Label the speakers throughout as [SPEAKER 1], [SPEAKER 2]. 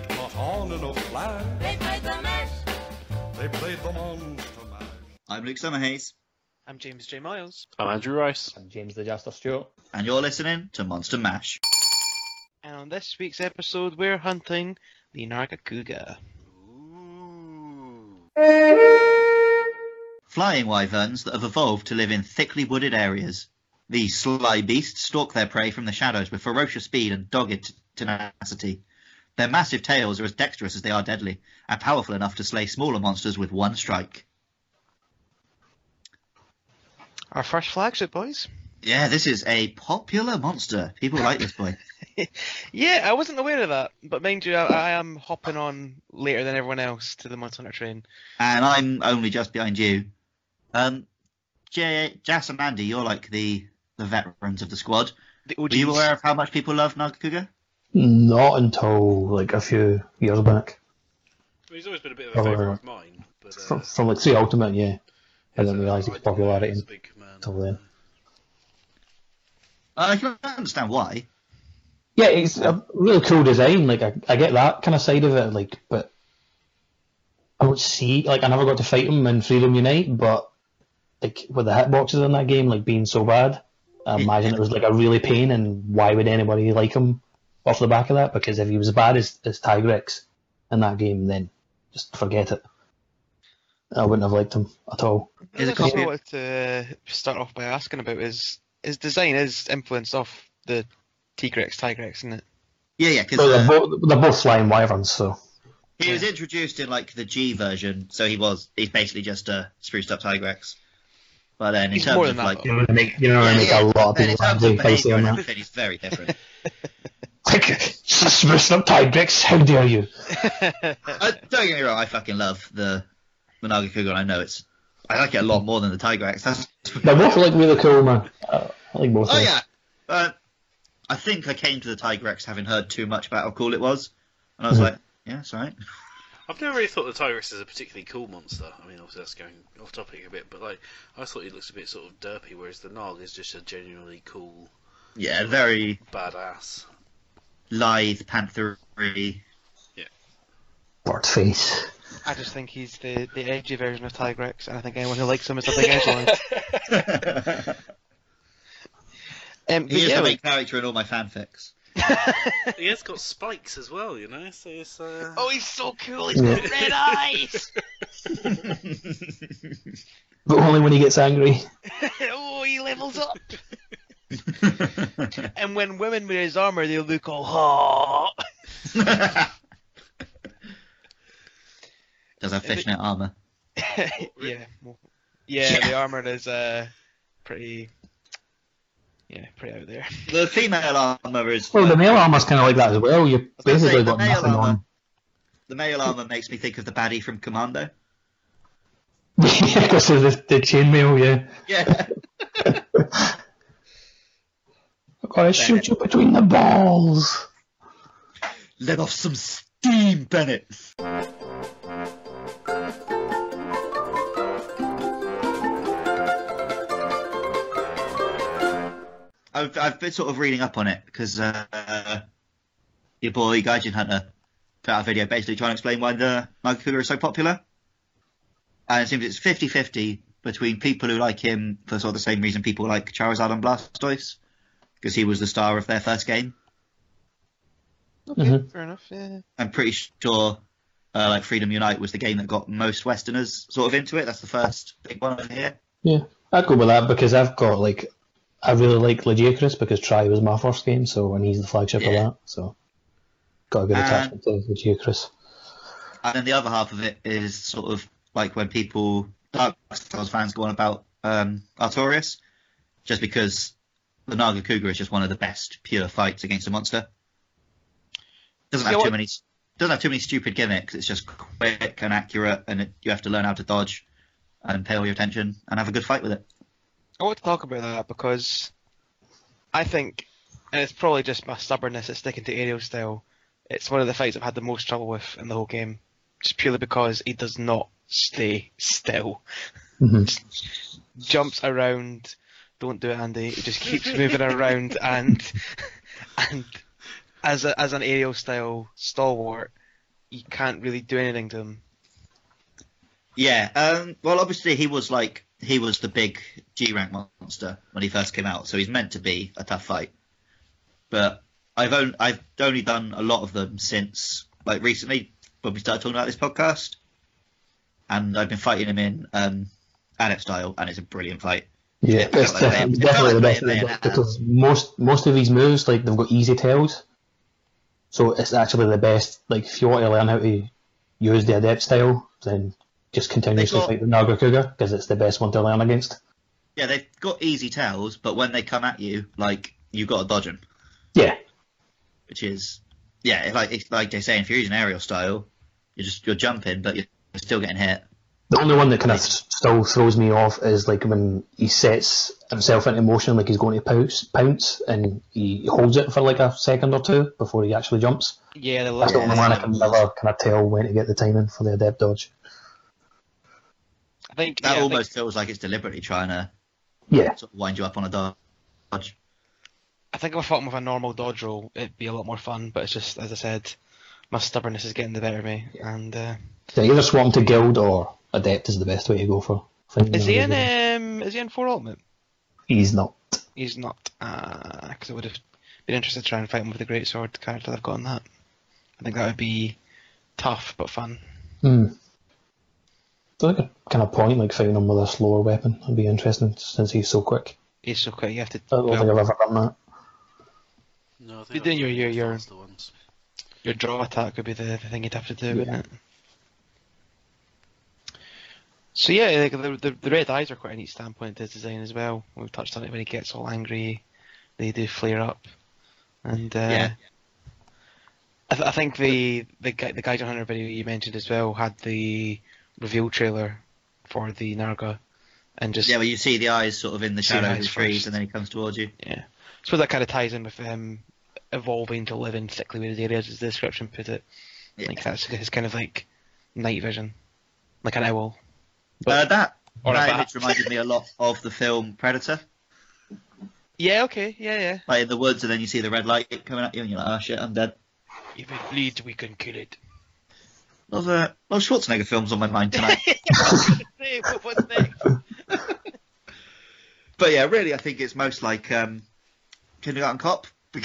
[SPEAKER 1] down in a flash.
[SPEAKER 2] They played the mash.
[SPEAKER 1] They played the monster mash.
[SPEAKER 3] I'm Luke Summerhayes,
[SPEAKER 4] I'm James J. Miles,
[SPEAKER 5] I'm Andrew Rice.
[SPEAKER 6] I'm James the Jester Stewart.
[SPEAKER 3] and you're listening to Monster Mash.
[SPEAKER 4] and on this week's episode, we're hunting the Nargacuga.
[SPEAKER 2] Ooh.
[SPEAKER 3] Flying wyverns that have evolved to live in thickly wooded areas. These sly beasts stalk their prey from the shadows with ferocious speed and dogged tenacity. Their massive tails are as dexterous as they are deadly, and powerful enough to slay smaller monsters with one strike.
[SPEAKER 4] Our first flagship, boys.
[SPEAKER 3] Yeah, this is a popular monster. People like this boy.
[SPEAKER 4] Yeah, I wasn't aware of that, but mind you, I, I am hopping on later than everyone else to the Monster Hunter train.
[SPEAKER 3] And I'm only just behind you. Um, J- Jas and Andy, you're like the, the veterans of the squad.
[SPEAKER 4] The
[SPEAKER 3] Were you
[SPEAKER 4] OGs.
[SPEAKER 3] aware of how much people love Nagakuga?
[SPEAKER 6] Not until like a few years back,
[SPEAKER 7] Well, he's always been a bit of a favourite of mine, but uh,
[SPEAKER 6] from, from like say Ultimate, yeah. I
[SPEAKER 7] his,
[SPEAKER 6] didn't
[SPEAKER 7] uh,
[SPEAKER 6] realise his
[SPEAKER 7] I didn't know
[SPEAKER 6] popularity
[SPEAKER 7] was a big man.
[SPEAKER 6] until then.
[SPEAKER 3] I Uh, can understand why.
[SPEAKER 6] Yeah, it's a really cool design. Like I, I get that kind of side of it. Like, but I don't see like I never got to fight him in Freedom Unite, but like with the hitboxes in that game like being so bad, I imagine it was like a really pain. And why would anybody like him off the back of that? Because if he was as bad as as Tigrex in that game, then just forget it. I wouldn't have liked him at all.
[SPEAKER 3] Is
[SPEAKER 4] There's
[SPEAKER 3] it
[SPEAKER 4] a couple
[SPEAKER 3] copy
[SPEAKER 4] I
[SPEAKER 3] of-
[SPEAKER 4] wanted to start off by asking about is his design is influenced off the Tigrex, Tigrex, isn't it?
[SPEAKER 3] Yeah, yeah, because
[SPEAKER 6] But they're,
[SPEAKER 3] uh,
[SPEAKER 6] both, they're both flying wyverns, so
[SPEAKER 3] he was introduced in like the G version, so he was he's basically just a spruced up Tigrex. But then in
[SPEAKER 4] He's
[SPEAKER 3] terms
[SPEAKER 4] more
[SPEAKER 3] of
[SPEAKER 4] than that,
[SPEAKER 3] like,
[SPEAKER 4] though.
[SPEAKER 6] you know, make you know,
[SPEAKER 3] Yeah,
[SPEAKER 6] make
[SPEAKER 3] yeah,
[SPEAKER 6] a lot of
[SPEAKER 3] then in
[SPEAKER 6] people
[SPEAKER 3] terms of
[SPEAKER 6] angry based
[SPEAKER 3] behaviour
[SPEAKER 6] on
[SPEAKER 3] and
[SPEAKER 6] that.
[SPEAKER 3] everything, he's very different.
[SPEAKER 6] Quick, spruce up Tigrex, how dare you?
[SPEAKER 3] uh, don't get me wrong, I fucking love the the Nagakuga. and I know it's I like it a lot more than the Tigrex. That's
[SPEAKER 6] They're both like really cool, man. Uh, I like both.
[SPEAKER 3] Oh
[SPEAKER 6] of them.
[SPEAKER 3] yeah. Uh, I think I came to the Tigrex having heard too much about how cool it was, and I was
[SPEAKER 6] Mhm.
[SPEAKER 3] like, yeah, it's alright.
[SPEAKER 7] I've never really thought the Tigris is a particularly cool monster. I mean, obviously that's going off topic a bit, but like I always thought he looks a bit sort of derpy, whereas the Nog is just a genuinely cool
[SPEAKER 3] Yeah, very
[SPEAKER 7] badass.
[SPEAKER 3] lithe, panthery.
[SPEAKER 6] Bird face.
[SPEAKER 4] I just think he's the, the edgy version of Tigrex, and I think anyone who likes him is a big edgelord. Um, but
[SPEAKER 3] He is
[SPEAKER 4] yeah,
[SPEAKER 3] the main character in all my fanfics.
[SPEAKER 7] he has got spikes as well, you know. So it's uh...
[SPEAKER 4] oh, he's so cool. He's got red eyes.
[SPEAKER 6] But only when he gets angry.
[SPEAKER 4] oh, he levels up. And when women wear his armor, they look all hot.
[SPEAKER 3] Does have fishnet armor?
[SPEAKER 4] yeah, well, yeah,
[SPEAKER 3] Yeah.
[SPEAKER 4] The armor is uh, pretty. Yeah, pretty out there.
[SPEAKER 3] The female armor is.
[SPEAKER 6] Well, the male armor's kind of like that as well. You've
[SPEAKER 3] I was gonna say,
[SPEAKER 6] basically
[SPEAKER 3] the
[SPEAKER 6] got
[SPEAKER 3] male
[SPEAKER 6] nothing
[SPEAKER 3] armor.
[SPEAKER 6] on.
[SPEAKER 3] The male armor makes me think of the baddie from Commando.
[SPEAKER 6] Because of the, the chainmail, yeah.
[SPEAKER 3] Yeah.
[SPEAKER 6] I've got to shoot you between the balls.
[SPEAKER 3] Let off some steam, Bennett. I've, I've been sort of reading up on it because uh, your boy Gaijin Hunter put out a video basically trying to explain why the Magakura is so popular. And it seems it's 50 50 between people who like him for sort of the same reason people like Charizard and Blastoise because he was the star of their first game.
[SPEAKER 4] Okay,
[SPEAKER 6] Mhm.
[SPEAKER 4] fair enough. Yeah.
[SPEAKER 3] I'm pretty sure uh, like Freedom Unite was the game that got most Westerners sort of into it. That's the first big one over here.
[SPEAKER 6] I'd go with that because I've got like. I really like Legiacris because Try was my first game, so and he's the flagship
[SPEAKER 3] Yeah.
[SPEAKER 6] of that, so. Got a good
[SPEAKER 3] Uh,
[SPEAKER 6] attachment to Legiacris.
[SPEAKER 3] And then the other half of it is sort of like when people Dark Souls fans go on about um, Artorias, just because the Naga Cougar is just one of the best pure fights against a monster. Doesn't have
[SPEAKER 4] Yeah,
[SPEAKER 3] too
[SPEAKER 4] what-
[SPEAKER 3] many doesn't have too many stupid gimmicks. It's just quick and accurate, and it, you have to learn how to dodge and pay all your attention and have a good fight with it.
[SPEAKER 4] I want to talk about that because I think, and it's probably just my stubbornness at sticking to aerial style, it's one of the fights I've had the most trouble with in the whole game, just purely because he does not stay still.
[SPEAKER 6] Mhm.
[SPEAKER 4] Jumps around, don't do it, Andy. He just keeps moving around, and and as a, as an aerial style stalwart, you can't really do anything to them.
[SPEAKER 3] Yeah. Um, well, obviously he was like he was the big G rank monster when he first came out, so he's meant to be a tough fight. But I've only I've only done a lot of them since like recently when we started talking about this podcast, and I've been fighting him in um, adept style, and it's a brilliant fight.
[SPEAKER 6] Yeah,
[SPEAKER 3] Yeah,
[SPEAKER 6] it's
[SPEAKER 3] like
[SPEAKER 6] definitely,
[SPEAKER 3] Bayonetta.
[SPEAKER 6] definitely the
[SPEAKER 3] Like
[SPEAKER 6] best thing
[SPEAKER 3] Bayonetta.
[SPEAKER 6] because most most of these moves like they've got easy tails, so it's actually the best. Like if you want to learn how to use the adept style, then just continuously
[SPEAKER 3] got-
[SPEAKER 6] fight the Naga Cougar because it's the best one to learn against.
[SPEAKER 3] Yeah, they've got easy tails, but when they come at you, like you got to dodge them.
[SPEAKER 6] Yeah,
[SPEAKER 3] which is yeah, it's like it's like they say, if you're using aerial style, you're just you're jumping, but you're still getting hit.
[SPEAKER 6] the only one that kind of still throws me off is like when he sets himself into motion, like he's going to pounce, pounce, and he holds it for like a second or two before he actually jumps.
[SPEAKER 4] Yeah, the
[SPEAKER 6] That's the
[SPEAKER 4] little,
[SPEAKER 3] Yeah.
[SPEAKER 6] only one I can never kind of tell when to get the timing for the adept dodge.
[SPEAKER 4] I think
[SPEAKER 3] That
[SPEAKER 4] yeah, I think-
[SPEAKER 3] almost feels like it's deliberately trying to
[SPEAKER 6] Yeah,
[SPEAKER 3] sort of wind you up on a dodge.
[SPEAKER 4] I think if I fought him with a normal dodge roll, it'd be a lot more fun. But it's just, as I said, my stubbornness is getting the better of me. And uh,
[SPEAKER 6] Yeah, either swap him to guild or adept is the best way to go for. finding
[SPEAKER 4] is he
[SPEAKER 6] a
[SPEAKER 4] in?
[SPEAKER 6] really-
[SPEAKER 4] Um, is he in four ultimate?
[SPEAKER 6] He's not.
[SPEAKER 4] He's not, because I would have been interested to try and fight him with the great sword character that I've got on that. I think that would be tough but fun.
[SPEAKER 6] Hmm. So like a kind of point, like fighting him with a slower weapon, would be interesting since he's so quick.
[SPEAKER 4] He's so quick. You have to.
[SPEAKER 6] I don't think
[SPEAKER 4] Well,
[SPEAKER 6] I've ever done that.
[SPEAKER 7] No, I
[SPEAKER 4] You're
[SPEAKER 7] think
[SPEAKER 4] doing your- your- your-
[SPEAKER 7] that's the ones.
[SPEAKER 4] your draw attack would be the, the thing you'd have to do, wouldn't it? So yeah, like the, the the red eyes are quite a neat standpoint to his design as well. We've touched on it when he gets all angry, they do flare up, and uh,
[SPEAKER 3] Yeah.
[SPEAKER 4] I, th- I think the the guy the Gaijin Hunter video you mentioned as well had the reveal trailer for the Narga, and just
[SPEAKER 3] Yeah, well, you see the eyes sort of in the
[SPEAKER 4] See the
[SPEAKER 3] shadow of
[SPEAKER 4] eyes
[SPEAKER 3] the trees,
[SPEAKER 4] first.
[SPEAKER 3] and then he comes towards you.
[SPEAKER 4] I suppose that kind of ties in with him evolving to live in thickly wooded areas, as the description put it.
[SPEAKER 3] Yeah.
[SPEAKER 4] Like that's his kind of like night vision, like an owl.
[SPEAKER 3] Uh, that
[SPEAKER 4] Or a
[SPEAKER 3] that
[SPEAKER 4] bat.
[SPEAKER 3] image reminded me a lot of the film Predator,
[SPEAKER 4] Yeah. Okay. Yeah. Yeah.
[SPEAKER 3] like in the woods, and then you see the red light coming at you, and you're like, "Oh shit, I'm dead."
[SPEAKER 4] If it bleeds, we can kill it.
[SPEAKER 3] A lot of, uh, a lot of Schwarzenegger films on my mind tonight.
[SPEAKER 4] What's next?
[SPEAKER 3] but yeah, really, I think it's most like um, Kindergarten Cop.
[SPEAKER 4] I'm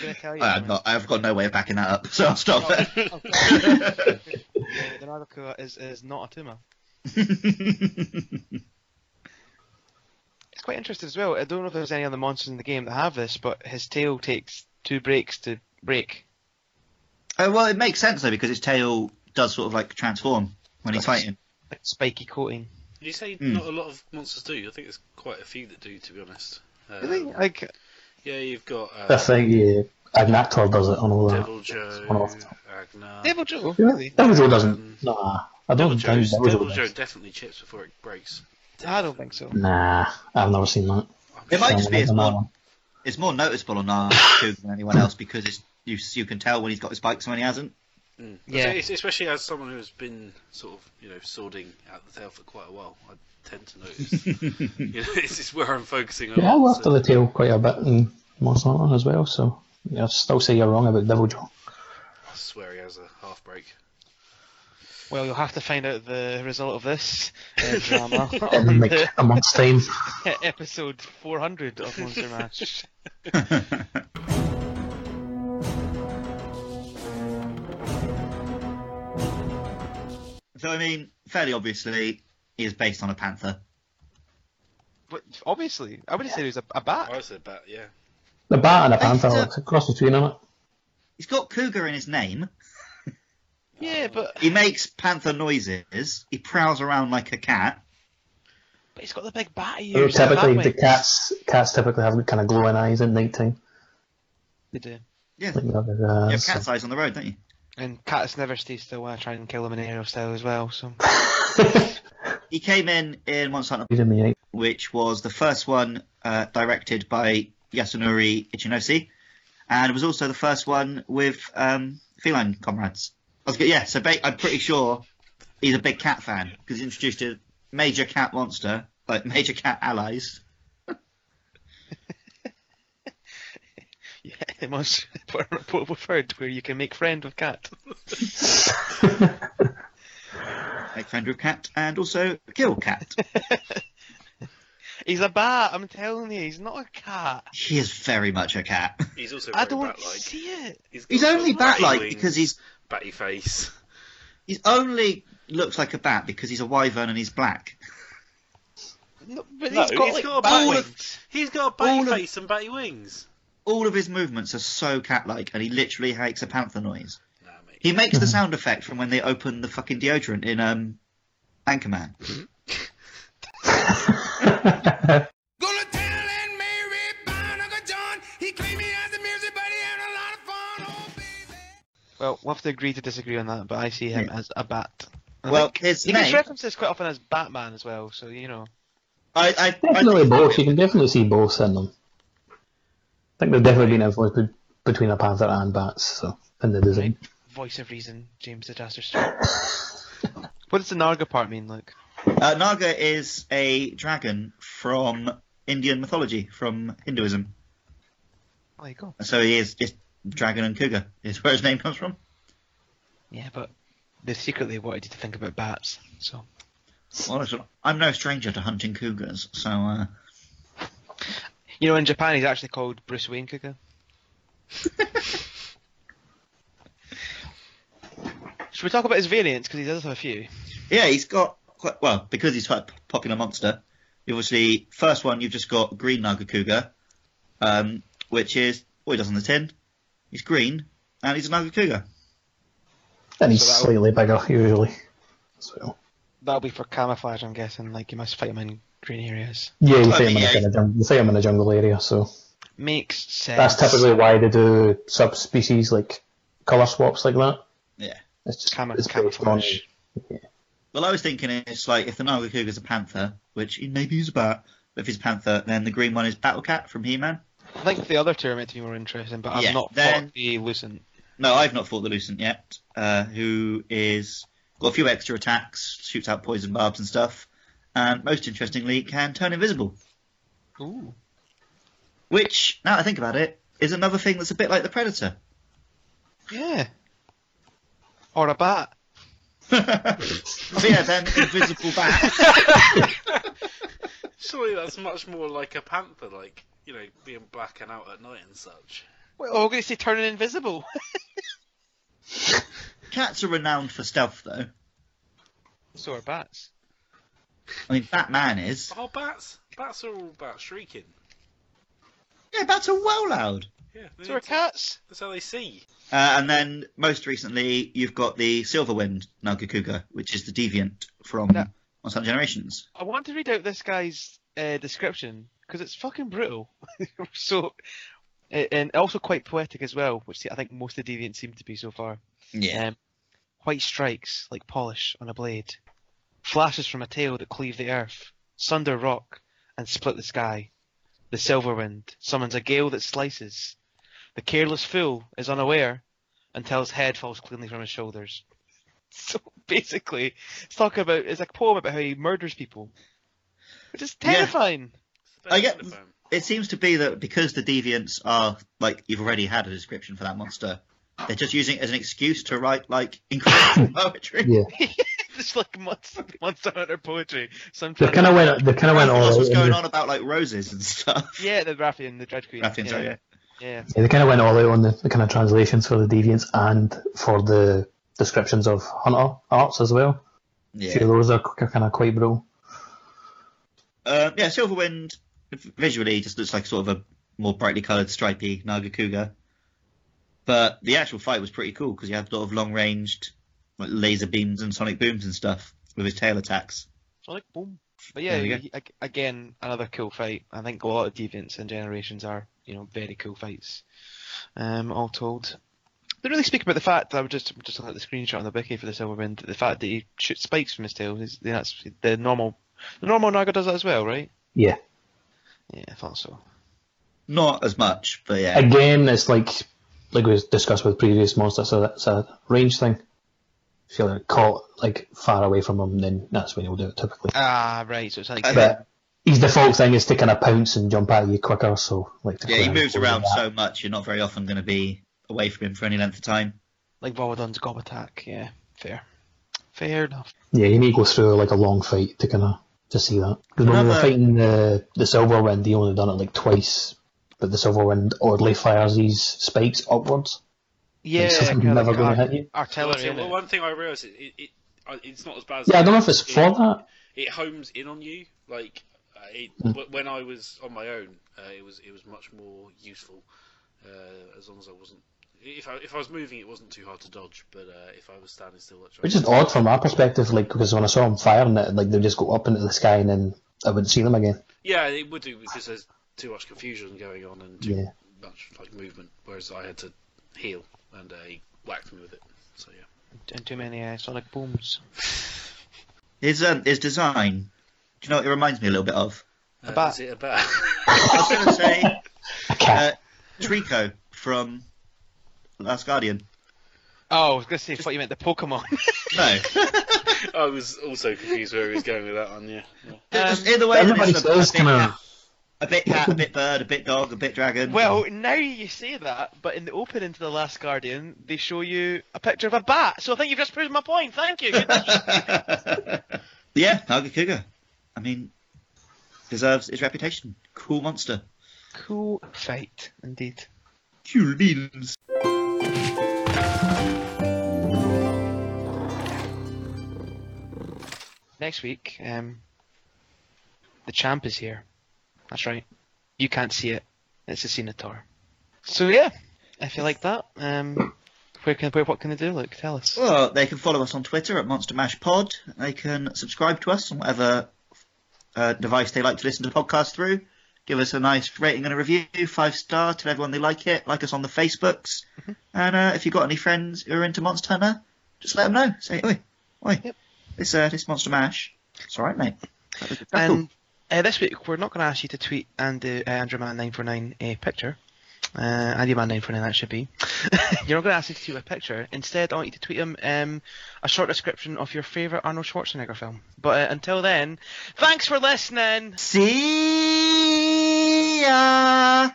[SPEAKER 4] gonna tell you. Oh,
[SPEAKER 3] I'm not, I've got no way of backing that up, so I'll stop there.
[SPEAKER 4] the Naraka is is not a tumor. It's quite interesting as well. I don't know if there's any other monsters in the game that have this, but his tail takes two breaks to break.
[SPEAKER 3] Oh, well, it makes sense though because his tail does sort of like transform when he's fighting.
[SPEAKER 4] Like spiky coating.
[SPEAKER 7] Did you say
[SPEAKER 3] Hmm.
[SPEAKER 7] not a lot of monsters do? I think there's quite a few that do, to be honest. Uh,
[SPEAKER 4] Like
[SPEAKER 7] Yeah, you've got
[SPEAKER 6] I
[SPEAKER 7] uh,
[SPEAKER 6] think yeah, Agnactor does it on all that.
[SPEAKER 7] Devil Joe,
[SPEAKER 6] one off.
[SPEAKER 7] Agna.
[SPEAKER 4] Devil Joe.
[SPEAKER 6] Yeah,
[SPEAKER 4] Really?
[SPEAKER 6] Devil Joe doesn't. Nah, I
[SPEAKER 7] Mm. Devil
[SPEAKER 6] don't
[SPEAKER 7] Joe,
[SPEAKER 6] think Devil Joe
[SPEAKER 7] Devil Joe
[SPEAKER 6] does.
[SPEAKER 7] definitely chips before it breaks.
[SPEAKER 4] I don't think so.
[SPEAKER 6] Nah, I've never seen that.
[SPEAKER 3] It might
[SPEAKER 6] So
[SPEAKER 3] just be
[SPEAKER 6] I
[SPEAKER 3] his
[SPEAKER 6] don't know.
[SPEAKER 3] one. It's more noticeable on Nile than anyone else because it's, you you can tell when he's got his spikes and when he hasn't.
[SPEAKER 7] Mm.
[SPEAKER 4] Yeah.
[SPEAKER 7] So it's- especially as someone who's been sort of you know swording out the tail for quite a while, I tend to notice. you know, this is where I'm focusing on.
[SPEAKER 6] Yeah, I worked on the tail quite a bit in Monster Hunter as well, so yeah, I still say you're wrong about Devil Joe.
[SPEAKER 7] I swear he has a half break.
[SPEAKER 4] Well, you'll have to find out the result of this uh, drama on
[SPEAKER 6] In like
[SPEAKER 4] the
[SPEAKER 6] a month's time.
[SPEAKER 4] episode 400 of Monster Mash.
[SPEAKER 3] So I mean, fairly obviously, he is based on a panther.
[SPEAKER 4] But obviously, I would have said he was a, a bat.
[SPEAKER 7] I said bat, yeah.
[SPEAKER 6] The bat and the
[SPEAKER 3] Hey,
[SPEAKER 6] panther,
[SPEAKER 3] uh,
[SPEAKER 6] like, a cross between them.
[SPEAKER 3] He's got cougar in his name.
[SPEAKER 4] Yeah, but,
[SPEAKER 3] He makes panther noises. He prowls around like a cat.
[SPEAKER 4] but he's got the big bat he
[SPEAKER 6] Well,
[SPEAKER 4] used. the
[SPEAKER 6] typically,
[SPEAKER 4] bat
[SPEAKER 6] the
[SPEAKER 4] wings.
[SPEAKER 6] cats cats typically have kind of glowing eyes at night time.
[SPEAKER 4] They do.
[SPEAKER 3] Yeah,
[SPEAKER 6] Like,
[SPEAKER 3] you
[SPEAKER 6] uh, so-
[SPEAKER 3] have cat's eyes on the road, don't you?
[SPEAKER 4] And cats never stay still when I try and kill them in aerial style as well. So
[SPEAKER 3] He came in in Monster Hunter,
[SPEAKER 6] He's in the eye.
[SPEAKER 3] which was the first one uh, directed by Yasunori Ichinoshi, and it was also the first one with um, feline comrades. I was, go- yeah, so ba- I'm pretty sure he's a big cat fan because he introduced a major cat monster, like major cat allies.
[SPEAKER 4] Yeah, it was a reportable third where you can make friend with cat.
[SPEAKER 3] Make friend with cat and also kill cat.
[SPEAKER 4] He's a bat. I'm telling you, he's not a cat.
[SPEAKER 3] he is very much a cat.
[SPEAKER 7] He's also
[SPEAKER 4] I
[SPEAKER 7] very
[SPEAKER 4] don't
[SPEAKER 7] bat-like.
[SPEAKER 4] see it.
[SPEAKER 3] He's
[SPEAKER 7] got
[SPEAKER 3] only
[SPEAKER 7] sort of
[SPEAKER 3] bat-like
[SPEAKER 7] wings,
[SPEAKER 3] because he's
[SPEAKER 7] batty face.
[SPEAKER 3] he's only looks like a bat because he's a wyvern and he's black.
[SPEAKER 4] No, but
[SPEAKER 2] No,
[SPEAKER 4] he's got
[SPEAKER 7] he's
[SPEAKER 4] like
[SPEAKER 7] got a
[SPEAKER 4] bat
[SPEAKER 7] bat
[SPEAKER 4] wings.
[SPEAKER 7] He's got a batty
[SPEAKER 3] All of-
[SPEAKER 7] face and batty wings.
[SPEAKER 3] All of his movements are so cat-like, and he literally makes a panther noise.
[SPEAKER 7] Nah, mate.
[SPEAKER 3] He makes the
[SPEAKER 6] Mhm.
[SPEAKER 3] sound effect from when they open the fucking deodorant in um, Anchorman.
[SPEAKER 4] Well, we'll have to agree to disagree on that, but I see him as a bat. I
[SPEAKER 3] Well,
[SPEAKER 4] think-
[SPEAKER 3] his
[SPEAKER 4] he gets
[SPEAKER 3] name,
[SPEAKER 4] references quite often as Batman as well, so you know.
[SPEAKER 3] I, I, I
[SPEAKER 6] Definitely both. You can definitely see both in them. I think they've definitely been influenced be- between a panther and bats, so in the design.
[SPEAKER 4] Voice of reason, James the Disaster Strike. what does the Narga part mean, Luke?
[SPEAKER 3] Uh, Naga is a dragon from Indian mythology, from Hinduism.
[SPEAKER 4] There you go.
[SPEAKER 3] And So he is just dragon and cougar. Is where his name comes from.
[SPEAKER 4] Yeah, but they secretly wanted you to think about bats, so.
[SPEAKER 3] Well, listen, I'm no stranger to hunting cougars, so uh,
[SPEAKER 4] You know, in Japan, he's actually called Bruce Wayne Cougar. Should we talk about his variants? Because he does have a few.
[SPEAKER 3] yeah, he's got quite well because he's quite a popular monster. You obviously first one you've just got green Naga cougar, um, which is what he does on the tin. He's green and he's a Naga cougar.
[SPEAKER 6] And he's
[SPEAKER 4] So that
[SPEAKER 6] slightly bigger, usually. So,
[SPEAKER 4] That'll be for camouflage, I'm guessing. Like, you must fight him in green areas.
[SPEAKER 6] yeah, you
[SPEAKER 3] I
[SPEAKER 6] fight,
[SPEAKER 3] mean,
[SPEAKER 6] him in a
[SPEAKER 3] yeah,
[SPEAKER 6] kind of jung- you fight him in a jungle area, so
[SPEAKER 4] Makes sense.
[SPEAKER 6] that's typically why they do subspecies, like colour swaps like that.
[SPEAKER 3] Yeah.
[SPEAKER 6] It's just
[SPEAKER 4] Camo-
[SPEAKER 6] it's based on-
[SPEAKER 4] camouflage.
[SPEAKER 3] Well, I was thinking it's like if the Naga cougar's a panther, which he maybe he's a bat, but if he's a panther, then the green one is Battle Cat from He-Man.
[SPEAKER 4] I think the other two are meant to be more interesting, but I've
[SPEAKER 3] Yeah,
[SPEAKER 4] not
[SPEAKER 3] then-
[SPEAKER 4] fought the Lucent.
[SPEAKER 3] No, I've not fought the Lucent yet. Uh, who is got a few extra attacks, shoots out poison barbs and stuff, and most interestingly, can turn invisible.
[SPEAKER 4] Ooh.
[SPEAKER 3] Which, now that I think about it, is another thing that's a bit like the Predator.
[SPEAKER 4] Yeah. Or a bat.
[SPEAKER 3] so yeah, then invisible bat.
[SPEAKER 7] Surely that's much more like a panther, like you know, being black and out at night and such.
[SPEAKER 4] Wait, oh, we're going to see turning invisible.
[SPEAKER 3] Cats are renowned for stealth, though.
[SPEAKER 4] so are bats.
[SPEAKER 3] I mean, Batman is.
[SPEAKER 7] Oh, bats! Bats are all about shrieking.
[SPEAKER 3] Yeah, bats are well loud.
[SPEAKER 7] Yeah, they
[SPEAKER 4] So
[SPEAKER 7] need
[SPEAKER 4] are
[SPEAKER 7] to-
[SPEAKER 4] cats.
[SPEAKER 7] that's how they see.
[SPEAKER 3] Uh, and then most recently, you've got the Silverwind Nagakuga, which is the deviant from
[SPEAKER 4] No.
[SPEAKER 3] Monster Hunter Generations.
[SPEAKER 4] I want to read out this guy's uh, description because it's fucking brutal. so, uh, and also quite poetic as well, which I think most of the deviants seem to be so far.
[SPEAKER 3] Yeah.
[SPEAKER 4] Um, white strikes like polish on a blade, flashes from a tail that cleave the earth, sunder rock, and split the sky. The silver wind summons a gale that slices. The careless fool is unaware until his head falls cleanly from his shoulders. So basically, it's talking about it's a poem about how he murders people, which is
[SPEAKER 3] Yeah.
[SPEAKER 4] terrifying.
[SPEAKER 7] It's the best
[SPEAKER 3] I get-
[SPEAKER 7] kind of phone.
[SPEAKER 3] It seems to be that because the deviants are, like, you've already had a description for that monster, they're just using it as an excuse to write, like, incredible poetry.
[SPEAKER 6] Yeah.
[SPEAKER 4] it's like monster, monster hunter poetry. So I'm
[SPEAKER 6] They
[SPEAKER 4] trying
[SPEAKER 6] kind of went. They kind of went all
[SPEAKER 3] That's
[SPEAKER 6] out.
[SPEAKER 3] what's
[SPEAKER 6] in
[SPEAKER 3] going
[SPEAKER 6] the-
[SPEAKER 3] on about, like, roses and stuff.
[SPEAKER 4] Yeah, the Raffian, the Dread Queen.
[SPEAKER 3] Raffian, sorry, yeah.
[SPEAKER 4] yeah.
[SPEAKER 6] Yeah, they kind of went all out on the, the kind of translations for the deviants and for the descriptions of hunter arts as well.
[SPEAKER 3] Yeah.
[SPEAKER 6] Few of those are kind of quite brutal.
[SPEAKER 3] Uh, yeah, Silverwind v- visually just looks like sort of a more brightly coloured, stripy Naga Cougar. But the actual fight was pretty cool because he had a lot of long ranged like, laser beams and sonic booms and stuff with his tail attacks.
[SPEAKER 4] Sonic boom. But yeah,
[SPEAKER 3] There we go.
[SPEAKER 4] he- ag- again, another cool fight. I think a lot of Deviants and Generations are, you know, very cool fights. Um, all told, they really speak about the fact that I was just just looking at the screenshot on the wiki for the Silverwind. The fact that he shoots spikes from his tail is that's the normal. The normal Naga does that as well, right?
[SPEAKER 6] Yeah.
[SPEAKER 4] Yeah, I thought so.
[SPEAKER 3] Not as much, but yeah.
[SPEAKER 6] Again, it's like like we discussed with previous monsters. So that's a range thing. If you're caught like far away from him, then that's when he'll do it typically.
[SPEAKER 4] Ah, right. So it's like
[SPEAKER 3] I-
[SPEAKER 4] uh,
[SPEAKER 6] But his default thing is to kind of pounce and jump out of you quicker. So like to
[SPEAKER 3] Yeah, he
[SPEAKER 6] kinda
[SPEAKER 3] moves
[SPEAKER 6] avoid
[SPEAKER 3] around
[SPEAKER 6] that.
[SPEAKER 3] so much. You're not very often going to be away from him for any length of time.
[SPEAKER 4] Like Volodon's gob attack, yeah, fair. Fair enough.
[SPEAKER 6] Yeah, you need to go through like a long fight to kind of to see that. Because when we were
[SPEAKER 3] Another-
[SPEAKER 6] fighting the the Silverwind, he only done it like twice. But the Silverwind oddly fires these spikes upwards.
[SPEAKER 4] Yeah,
[SPEAKER 6] so
[SPEAKER 4] kinda
[SPEAKER 6] never
[SPEAKER 4] like
[SPEAKER 6] gonna
[SPEAKER 4] ar-
[SPEAKER 6] hit you.
[SPEAKER 7] Well,
[SPEAKER 4] Artillery.
[SPEAKER 7] see, well,
[SPEAKER 4] innit?
[SPEAKER 7] one thing I realised is it, it, uh, it's not as bad. As
[SPEAKER 6] Yeah, I don't know if it's
[SPEAKER 7] it-
[SPEAKER 6] for that.
[SPEAKER 7] It homes in on you. Like uh, it,
[SPEAKER 6] Hmm.
[SPEAKER 7] wh- when I was on my own, uh, it was it was much more useful. Uh, as long as I wasn't, if I if I was moving, it wasn't too hard to dodge. But uh, if I was standing still, that's right.
[SPEAKER 6] Which is odd from my perspective, like because when I saw him firing it, like they would just go up into the sky and then I wouldn't see them again.
[SPEAKER 7] Yeah, it would do because there's too much confusion going on and too
[SPEAKER 6] Yeah.
[SPEAKER 7] much like movement. Whereas I had to heal, and uh, he whacked me with it. So yeah.
[SPEAKER 4] And too many uh, sonic booms.
[SPEAKER 3] His um, his design. Do you know what it reminds me a little bit of?
[SPEAKER 7] Uh,
[SPEAKER 4] bat.
[SPEAKER 7] Is it a bat?
[SPEAKER 3] I was going to say
[SPEAKER 6] A cat.
[SPEAKER 3] Uh, Trico from Last Guardian.
[SPEAKER 4] Oh, I was gonna say, I thought you meant the Pokemon.
[SPEAKER 3] No,
[SPEAKER 7] I was also confused where he was going with that one. Yeah. yeah.
[SPEAKER 3] just either way,
[SPEAKER 6] Everybody
[SPEAKER 3] it's a, a
[SPEAKER 6] says
[SPEAKER 3] bit
[SPEAKER 6] kind
[SPEAKER 3] cat,
[SPEAKER 6] of.
[SPEAKER 3] a bit cat, a bit bird, a bit dog, a bit dragon.
[SPEAKER 4] well, now you say that, but in the opening to The Last Guardian, they show you a picture of a bat. So I think you've just proved my point. Thank you.
[SPEAKER 3] yeah, Nagakuga. I mean, deserves his reputation. Cool monster.
[SPEAKER 4] cool fight, indeed.
[SPEAKER 3] Cool beans.
[SPEAKER 4] Next week, um, the champ is here. That's right. You can't see it. It's a Senator. So yeah, if you like that, um, where can where, what can they do? Luke, tell us.
[SPEAKER 3] Well, they can follow us on Twitter at Monster Mash Pod. They can subscribe to us on whatever uh, device they like to listen to podcasts through. Give us a nice rating and a review, five star. Tell everyone they like it. Like us on the Facebooks. And uh, if you've got any friends who are into Monster Hunter, just let them know. Say, oi, oi,
[SPEAKER 4] Yep.
[SPEAKER 3] this uh, this Monster Mash. It's all right, mate. That was a tackle.
[SPEAKER 4] And uh, this week, we're not going to ask you to tweet and uh, Andrew Man nine four nine a picture. Uh, Andy Man nine four nine that should be. You're not going to ask you to tweet a picture. Instead, I want you to tweet him um, a short description of your favourite Arnold Schwarzenegger film. But uh, until then, thanks for listening.
[SPEAKER 3] See ya.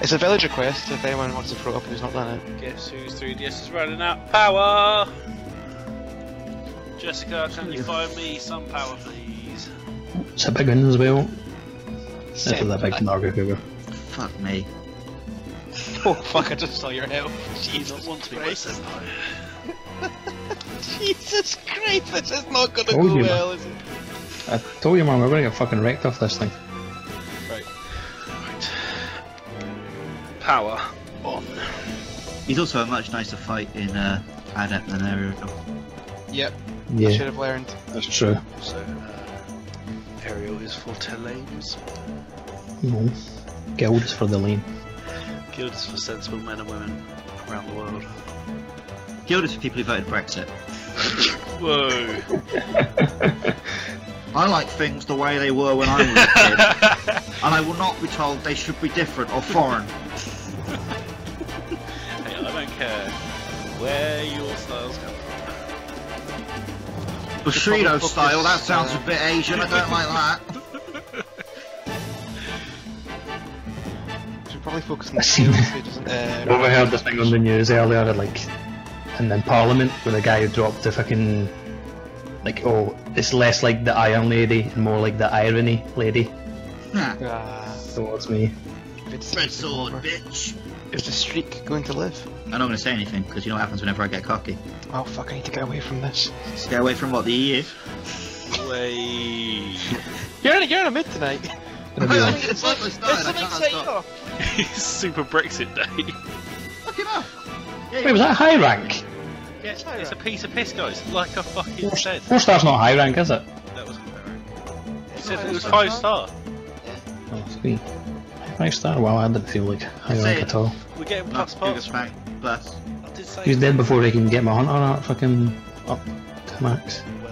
[SPEAKER 4] It's a village request. If anyone wants to throw up who's not done it,
[SPEAKER 7] Guess whose 3DS is running out? Power! Jessica, can you find me some power, please?
[SPEAKER 6] It's a big one as well. That's
[SPEAKER 4] Send-
[SPEAKER 6] a big Nagakuga.
[SPEAKER 3] Fuck me.
[SPEAKER 4] Oh fuck! I just saw your help.
[SPEAKER 7] Do you not want to be my senpai?
[SPEAKER 4] Jesus Christ! This is not gonna
[SPEAKER 6] Told
[SPEAKER 4] go
[SPEAKER 6] you.
[SPEAKER 4] well, is it?
[SPEAKER 6] I told you, man, we're going to get fucking wrecked off this thing.
[SPEAKER 7] Right. Power. On.
[SPEAKER 3] He's also a much nicer fight in uh, Adept than Ariel.
[SPEAKER 4] Yep. I should
[SPEAKER 6] Yeah,
[SPEAKER 4] have learned.
[SPEAKER 6] that's true.
[SPEAKER 7] So, uh, Ariel is for Telames,
[SPEAKER 6] No. Guild is for the lane.
[SPEAKER 7] Guild is for sensible men and women around the world.
[SPEAKER 3] Guild is for people who voted Brexit.
[SPEAKER 7] Whoa!
[SPEAKER 3] I like things the way they were when I was a kid, and I will not be told they should be different or foreign.
[SPEAKER 7] Hey, I don't care where your styles come from.
[SPEAKER 3] Bushido
[SPEAKER 4] focus,
[SPEAKER 3] style, that sounds a
[SPEAKER 4] uh,
[SPEAKER 3] bit Asian, I don't like that.
[SPEAKER 4] Should probably focus on the sales who doesn't. Uh,
[SPEAKER 6] I overheard this thing on the news earlier, that, like, and then Parliament, with a guy who dropped the fucking, like, oh, it's less like the Iron Lady and more like the Irony Lady
[SPEAKER 3] Nah,
[SPEAKER 4] Ah,
[SPEAKER 6] towards me.
[SPEAKER 4] good to see
[SPEAKER 3] Red
[SPEAKER 4] you,
[SPEAKER 3] sword,
[SPEAKER 4] Homer.
[SPEAKER 3] bitch.
[SPEAKER 4] Is the streak going to live?
[SPEAKER 3] I'm not going to say anything because you know what happens whenever I get cocky.
[SPEAKER 4] Oh fuck! I need to get away from this.
[SPEAKER 3] Stay away from what the E EU.
[SPEAKER 7] Way.
[SPEAKER 4] You're in a, you're in a mood tonight.
[SPEAKER 6] Gonna be like,
[SPEAKER 3] It's like I started,
[SPEAKER 4] There's
[SPEAKER 3] I
[SPEAKER 4] something
[SPEAKER 3] can't
[SPEAKER 4] set you
[SPEAKER 3] stop.
[SPEAKER 4] off.
[SPEAKER 7] Super Brexit Day.
[SPEAKER 3] Fucking hell.
[SPEAKER 6] Wait, was that high rank?
[SPEAKER 7] Yeah, it's a piece of piss, guys. Like I fucking said,
[SPEAKER 6] Four star's not high rank, is it?
[SPEAKER 7] that was embarrassing. You said it was five star.
[SPEAKER 6] Oh, three. Five star? Wow, I didn't feel like high
[SPEAKER 3] Say
[SPEAKER 6] rank
[SPEAKER 3] it.
[SPEAKER 6] at all.
[SPEAKER 7] We're getting
[SPEAKER 3] Not
[SPEAKER 7] plus parts.
[SPEAKER 3] Google smack, but
[SPEAKER 7] I did say
[SPEAKER 6] He's dead before he can get my hunter out fucking up to max.
[SPEAKER 7] Well,